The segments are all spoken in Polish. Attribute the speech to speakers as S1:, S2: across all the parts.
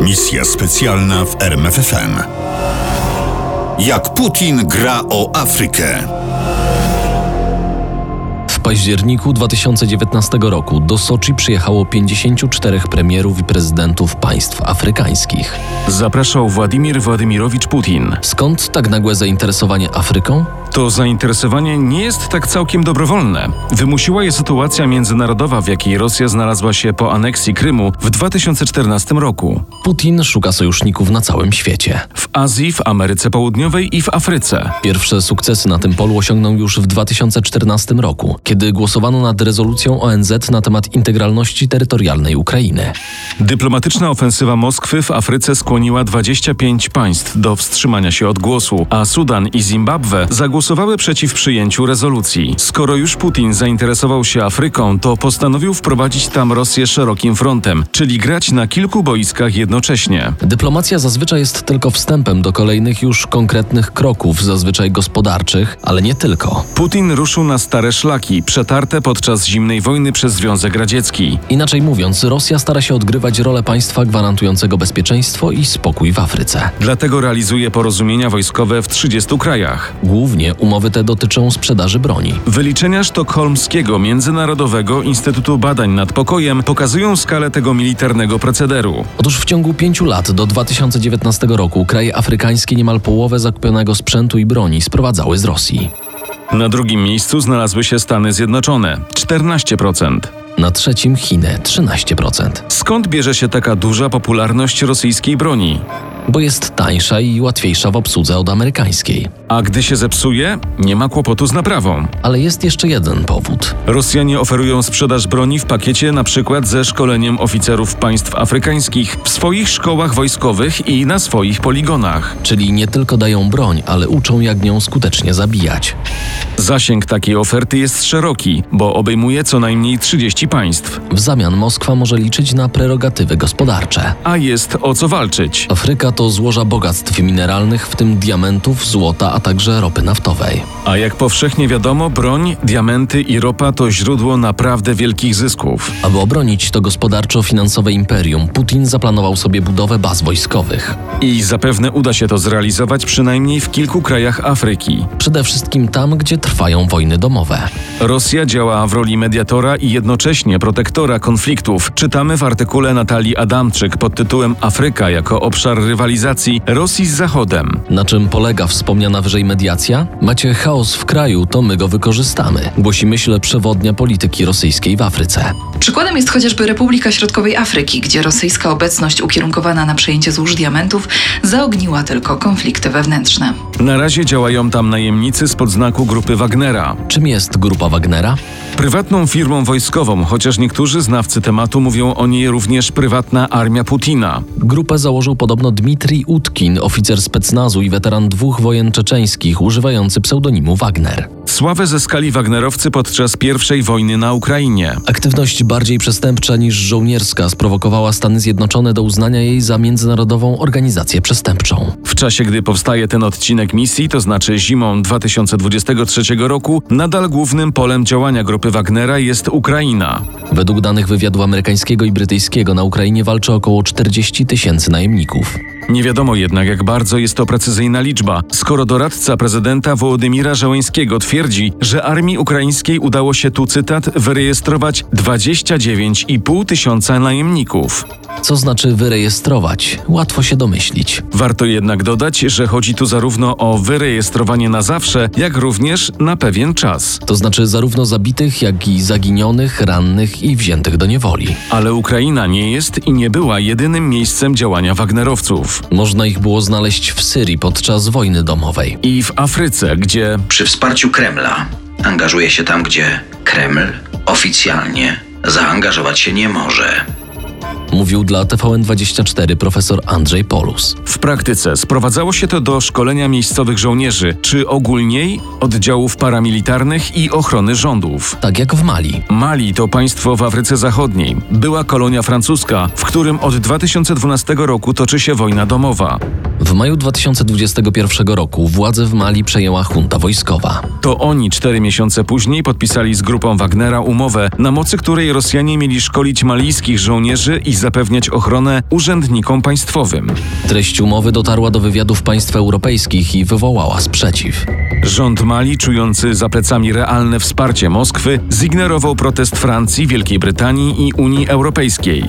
S1: Misja specjalna w RMFFM. Jak Putin gra o Afrykę.
S2: W październiku 2019 roku do Soczi przyjechało 54 premierów i prezydentów państw afrykańskich.
S3: Zapraszał Władimir Władimirowicz Putin.
S2: Skąd tak nagłe zainteresowanie Afryką?
S3: To zainteresowanie nie jest tak całkiem dobrowolne. Wymusiła je sytuacja międzynarodowa, w jakiej Rosja znalazła się po aneksji Krymu w 2014 roku.
S2: Putin szuka sojuszników na całym świecie.
S3: W Azji, w Ameryce Południowej i w Afryce.
S2: Pierwsze sukcesy na tym polu osiągnął już w 2014 roku, kiedy głosowano nad rezolucją ONZ na temat integralności terytorialnej Ukrainy.
S3: Dyplomatyczna ofensywa Moskwy w Afryce skłoniła 25 państw do wstrzymania się od głosu, a Sudan i Zimbabwe zagłosowały przeciw przyjęciu rezolucji. Skoro już Putin zainteresował się Afryką, to postanowił wprowadzić tam Rosję szerokim frontem, czyli grać na kilku boiskach jednocześnie.
S2: Dyplomacja zazwyczaj jest tylko wstępem do kolejnych już konkretnych kroków, zazwyczaj gospodarczych, ale nie tylko.
S3: Putin ruszył na stare szlaki, przetarte podczas zimnej wojny przez Związek Radziecki.
S2: Inaczej mówiąc, Rosja stara się odgrywać rolę państwa gwarantującego bezpieczeństwo i spokój w Afryce.
S3: Dlatego realizuje porozumienia wojskowe w 30 krajach.
S2: Głównie umowy te dotyczą sprzedaży broni.
S3: Wyliczenia sztokholmskiego Międzynarodowego Instytutu Badań nad Pokojem pokazują skalę tego militarnego procederu.
S2: Otóż w ciągu pięciu lat do 2019 roku kraje afrykańskie niemal połowę zakupionego sprzętu i broni sprowadzały z Rosji.
S3: Na drugim miejscu znalazły się Stany Zjednoczone 14%.
S2: Na trzecim Chiny 13%,
S3: Skąd bierze się taka duża popularność rosyjskiej broni?
S2: bo jest tańsza i łatwiejsza w obsłudze od amerykańskiej.
S3: A gdy się zepsuje, nie ma kłopotu z naprawą.
S2: Ale jest jeszcze jeden powód.
S3: Rosjanie oferują sprzedaż broni w pakiecie na przykład ze szkoleniem oficerów państw afrykańskich w swoich szkołach wojskowych i na swoich poligonach.
S2: Czyli nie tylko dają broń, ale uczą jak nią skutecznie zabijać.
S3: Zasięg takiej oferty jest szeroki, bo obejmuje co najmniej 30 państw,
S2: W zamian Moskwa może liczyć na prerogatywy gospodarcze.
S3: a jest o co walczyć.
S2: Afryka to złoża bogactw mineralnych, w tym diamentów, złota, a także ropy naftowej.
S3: A jak powszechnie wiadomo, broń, diamenty i ropa to źródło naprawdę wielkich zysków.
S2: Aby obronić to gospodarczo-finansowe imperium, Putin zaplanował sobie budowę baz wojskowych.
S3: I zapewne uda się to zrealizować przynajmniej w kilku krajach Afryki.
S2: Przede wszystkim tam, gdzie trwają wojny domowe.
S3: Rosja działa w roli mediatora i jednocześnie protektora konfliktów. Czytamy w artykule Natalii Adamczyk pod tytułem Afryka jako obszar rywalizacji Rosji z Zachodem.
S2: Na czym polega wspomniana wyżej mediacja? Macie chaos w kraju, to my go wykorzystamy, głosi myśl przewodnia polityki rosyjskiej w Afryce.
S4: Przykładem jest chociażby Republika Środkowej Afryki, gdzie rosyjska obecność ukierunkowana na przejęcie złóż diamentów zaogniła tylko konflikty wewnętrzne.
S3: Na razie działają tam najemnicy spod znaku grupy Wagnera.
S2: Czym jest grupa Wagnera?
S3: Prywatną firmą wojskową, chociaż niektórzy znawcy tematu mówią o niej również prywatna armia Putina.
S2: Grupę założył podobno Dmitrij Utkin, oficer specnazu i weteran dwóch wojen czeczeńskich, używający pseudonimu Wagner.
S3: Sławę zyskali Wagnerowcy podczas pierwszej wojny na Ukrainie.
S2: Aktywność bardziej przestępcza niż żołnierska sprowokowała Stany Zjednoczone do uznania jej za międzynarodową organizację przestępczą.
S3: W czasie, gdy powstaje ten odcinek misji, to znaczy zimą 2023 roku, nadal głównym polem działania grupy Wagnera jest Ukraina.
S2: Według danych wywiadu amerykańskiego i brytyjskiego na Ukrainie walczy około 40 tysięcy najemników.
S3: Nie wiadomo jednak, jak bardzo jest to precyzyjna liczba, skoro doradca prezydenta Wołodymira Żeleńskiego twierdzi, że armii ukraińskiej udało się tu, cytat, wyrejestrować 29,5 tysiąca najemników.
S2: Co znaczy wyrejestrować? Łatwo się domyślić.
S3: Warto jednak dodać, że chodzi tu zarówno o wyrejestrowanie na zawsze, jak również na pewien czas.
S2: To znaczy zarówno zabitych, jak i zaginionych, rannych i wziętych do niewoli.
S3: Ale Ukraina nie jest i nie była jedynym miejscem działania Wagnerowców.
S2: Można ich było znaleźć w Syrii podczas wojny domowej.
S3: I w Afryce, gdzie
S5: przy wsparciu Kremla. Angażuje się tam, gdzie Kreml oficjalnie zaangażować się nie może.
S2: Mówił dla TVN24 profesor Andrzej Polus.
S3: w praktyce sprowadzało się to do szkolenia miejscowych żołnierzy, czy ogólniej oddziałów paramilitarnych i ochrony rządów.
S2: Tak jak w Mali.
S3: Mali to państwo w Afryce Zachodniej. Była kolonia francuska, w którym od 2012 roku toczy się wojna domowa.
S2: W W maju 2021 roku władzę w Mali przejęła junta wojskowa.
S3: To oni cztery miesiące później podpisali z grupą Wagnera umowę, na mocy której Rosjanie mieli szkolić malijskich żołnierzy i zapewniać ochronę urzędnikom państwowym.
S2: Treść umowy dotarła do wywiadów państw europejskich i wywołała sprzeciw.
S3: Rząd Mali, czujący za plecami realne wsparcie Moskwy, zignorował protest Francji, Wielkiej Brytanii i Unii Europejskiej.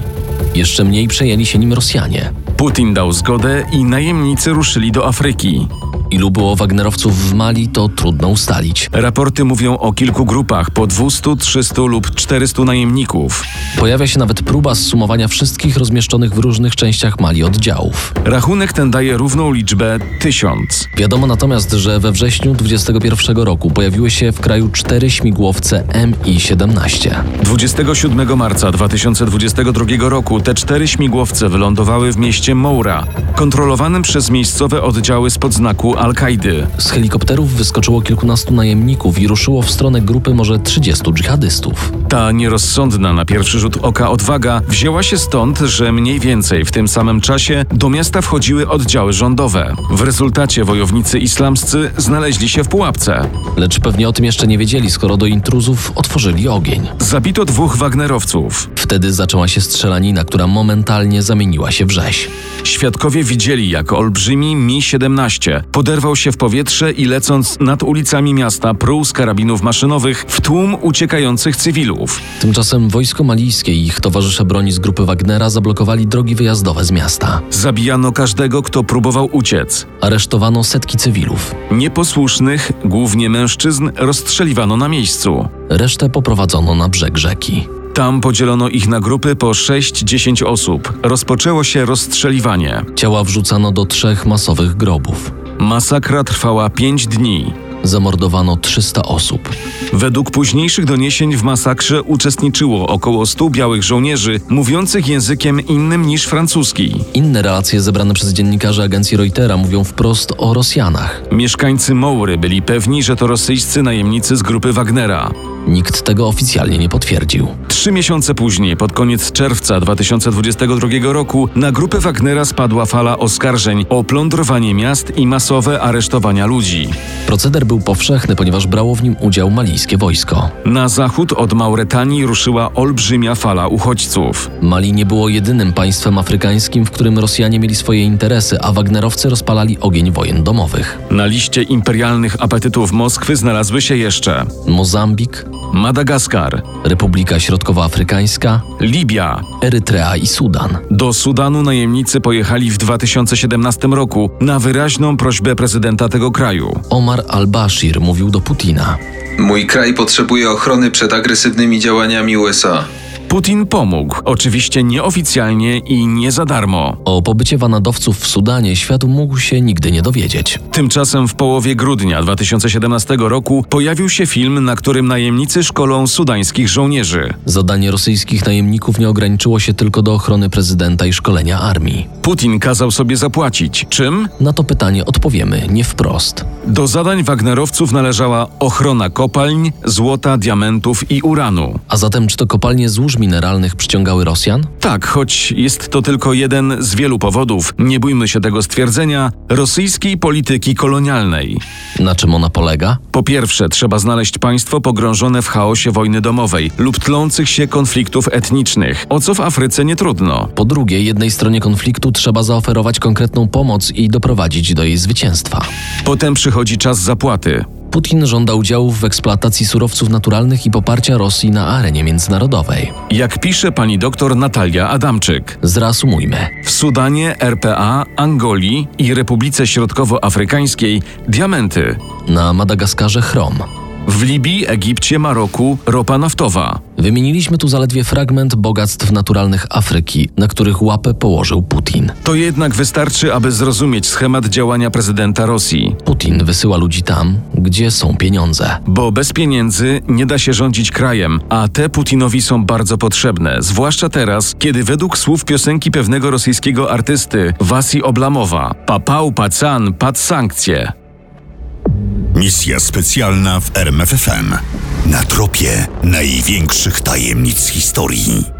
S2: Jeszcze mniej przejęli się nim Rosjanie.
S3: Putin dał zgodę i najemnicy ruszyli do Afryki.
S2: Ilu było Wagnerowców w Mali, to trudno ustalić.
S3: Raporty mówią o kilku grupach po 200, 300 lub 400 najemników.
S2: Pojawia się nawet próba zsumowania wszystkich rozmieszczonych w różnych częściach Mali oddziałów.
S3: Rachunek ten daje równą liczbę 1000.
S2: Wiadomo natomiast, że we wrześniu 2021 roku pojawiły się w kraju cztery śmigłowce Mi-17.
S3: 27 marca 2022 roku te cztery śmigłowce wylądowały w mieście Moura, kontrolowanym przez miejscowe oddziały spod znaku Al-Kaidy.
S2: Z helikopterów wyskoczyło kilkunastu najemników i ruszyło w stronę grupy może 30 dżihadystów.
S3: Ta nierozsądna na pierwszy rzut oka odwaga wzięła się stąd, że mniej więcej w tym samym czasie do miasta wchodziły oddziały rządowe. W rezultacie wojownicy islamscy znaleźli się w pułapce.
S2: Lecz pewnie o tym jeszcze nie wiedzieli, skoro do intruzów otworzyli ogień.
S3: Zabito dwóch Wagnerowców.
S2: Wtedy zaczęła się strzelanina, która momentalnie zamieniła się w rzeź.
S3: Świadkowie widzieli, jak olbrzymi Mi-17 poderwał się w powietrze i lecąc nad ulicami miasta pruł z karabinów maszynowych w tłum uciekających cywilów.
S2: Tymczasem wojsko malijskie i ich towarzysze broni z grupy Wagnera zablokowali drogi wyjazdowe z miasta.
S3: Zabijano każdego, kto próbował uciec.
S2: Aresztowano setki cywilów.
S3: Nieposłusznych, głównie mężczyzn, rozstrzeliwano na miejscu.
S2: Resztę poprowadzono na brzeg rzeki.
S3: Tam podzielono ich na grupy po 6-10 osób. Rozpoczęło się rozstrzeliwanie.
S2: Ciała wrzucano do trzech masowych grobów.
S3: Masakra trwała 5 dni.
S2: Zamordowano 300 osób.
S3: Według późniejszych doniesień w masakrze uczestniczyło około 100 białych żołnierzy mówiących językiem innym niż francuski.
S2: Inne relacje zebrane przez dziennikarzy agencji Reutera mówią wprost o Rosjanach.
S3: Mieszkańcy Maury byli pewni, że to rosyjscy najemnicy z grupy Wagnera.
S2: Nikt tego oficjalnie nie potwierdził.
S3: Trzy miesiące później, pod koniec czerwca 2022 roku, na grupę Wagnera spadła fala oskarżeń o plądrowanie miast i masowe aresztowania ludzi.
S2: Proceder był powszechny, ponieważ brało w nim udział malijskie wojsko.
S3: Na zachód od Mauretanii ruszyła olbrzymia fala uchodźców.
S2: Mali nie było jedynym państwem afrykańskim, w którym Rosjanie mieli swoje interesy, a Wagnerowcy rozpalali ogień wojen domowych.
S3: Na liście imperialnych apetytów Moskwy znalazły się jeszcze
S2: Mozambik,
S3: Madagaskar,
S2: Republika Środkowoafrykańska,
S3: Libia.
S2: Erytrea i Sudan.
S3: Do Sudanu najemnicy pojechali w 2017 roku na wyraźną prośbę prezydenta tego kraju.
S2: Omar al-Bashir mówił do Putina.
S5: Mój kraj potrzebuje ochrony przed agresywnymi działaniami USA.
S3: Putin pomógł, oczywiście nieoficjalnie i nie za darmo.
S2: O pobycie wanadowców w Sudanie świat mógł się nigdy nie dowiedzieć.
S3: Tymczasem w połowie grudnia 2017 roku pojawił się film, na którym najemnicy szkolą sudańskich żołnierzy.
S2: Zadanie rosyjskich najemników nie ograniczyło się tylko do ochrony prezydenta i szkolenia armii.
S3: Putin kazał sobie zapłacić. Czym?
S2: Na to pytanie odpowiemy nie wprost.
S3: Do zadań Wagnerowców należała ochrona kopalń, złota, diamentów i uranu.
S2: A zatem czy to kopalnie złóż mineralnych przyciągały Rosjan?
S3: Tak, choć jest to tylko jeden z wielu powodów, nie bójmy się tego stwierdzenia, rosyjskiej polityki kolonialnej.
S2: Na czym ona polega?
S3: Po pierwsze, trzeba znaleźć państwo pogrążone w chaosie wojny domowej lub tlących się konfliktów etnicznych, o co w Afryce nie trudno.
S2: Po drugie, jednej stronie konfliktu trzeba zaoferować konkretną pomoc i doprowadzić do jej zwycięstwa.
S3: Potem przychodzi czas zapłaty.
S2: Putin żąda udziału w eksploatacji surowców naturalnych i poparcia Rosji na arenie międzynarodowej.
S3: Jak pisze pani doktor Natalia Adamczyk,
S2: Zreasumujmy.
S3: w Sudanie, RPA, Angolii i Republice Środkowoafrykańskiej diamenty.
S2: Na Madagaskarze chrom.
S3: W Libii, Egipcie, Maroku ropa naftowa.
S2: Wymieniliśmy tu zaledwie fragment bogactw naturalnych Afryki, na których łapę położył Putin.
S3: To jednak wystarczy, aby zrozumieć schemat działania prezydenta Rosji.
S2: Putin wysyła ludzi tam, gdzie są pieniądze.
S3: Bo bez pieniędzy nie da się rządzić krajem, a te Putinowi są bardzo potrzebne, zwłaszcza teraz, kiedy według słów piosenki pewnego rosyjskiego artysty Wasi Oblamowa, papał pacan pad sankcje.
S1: Misja specjalna w RMFFM. Na tropie największych tajemnic historii.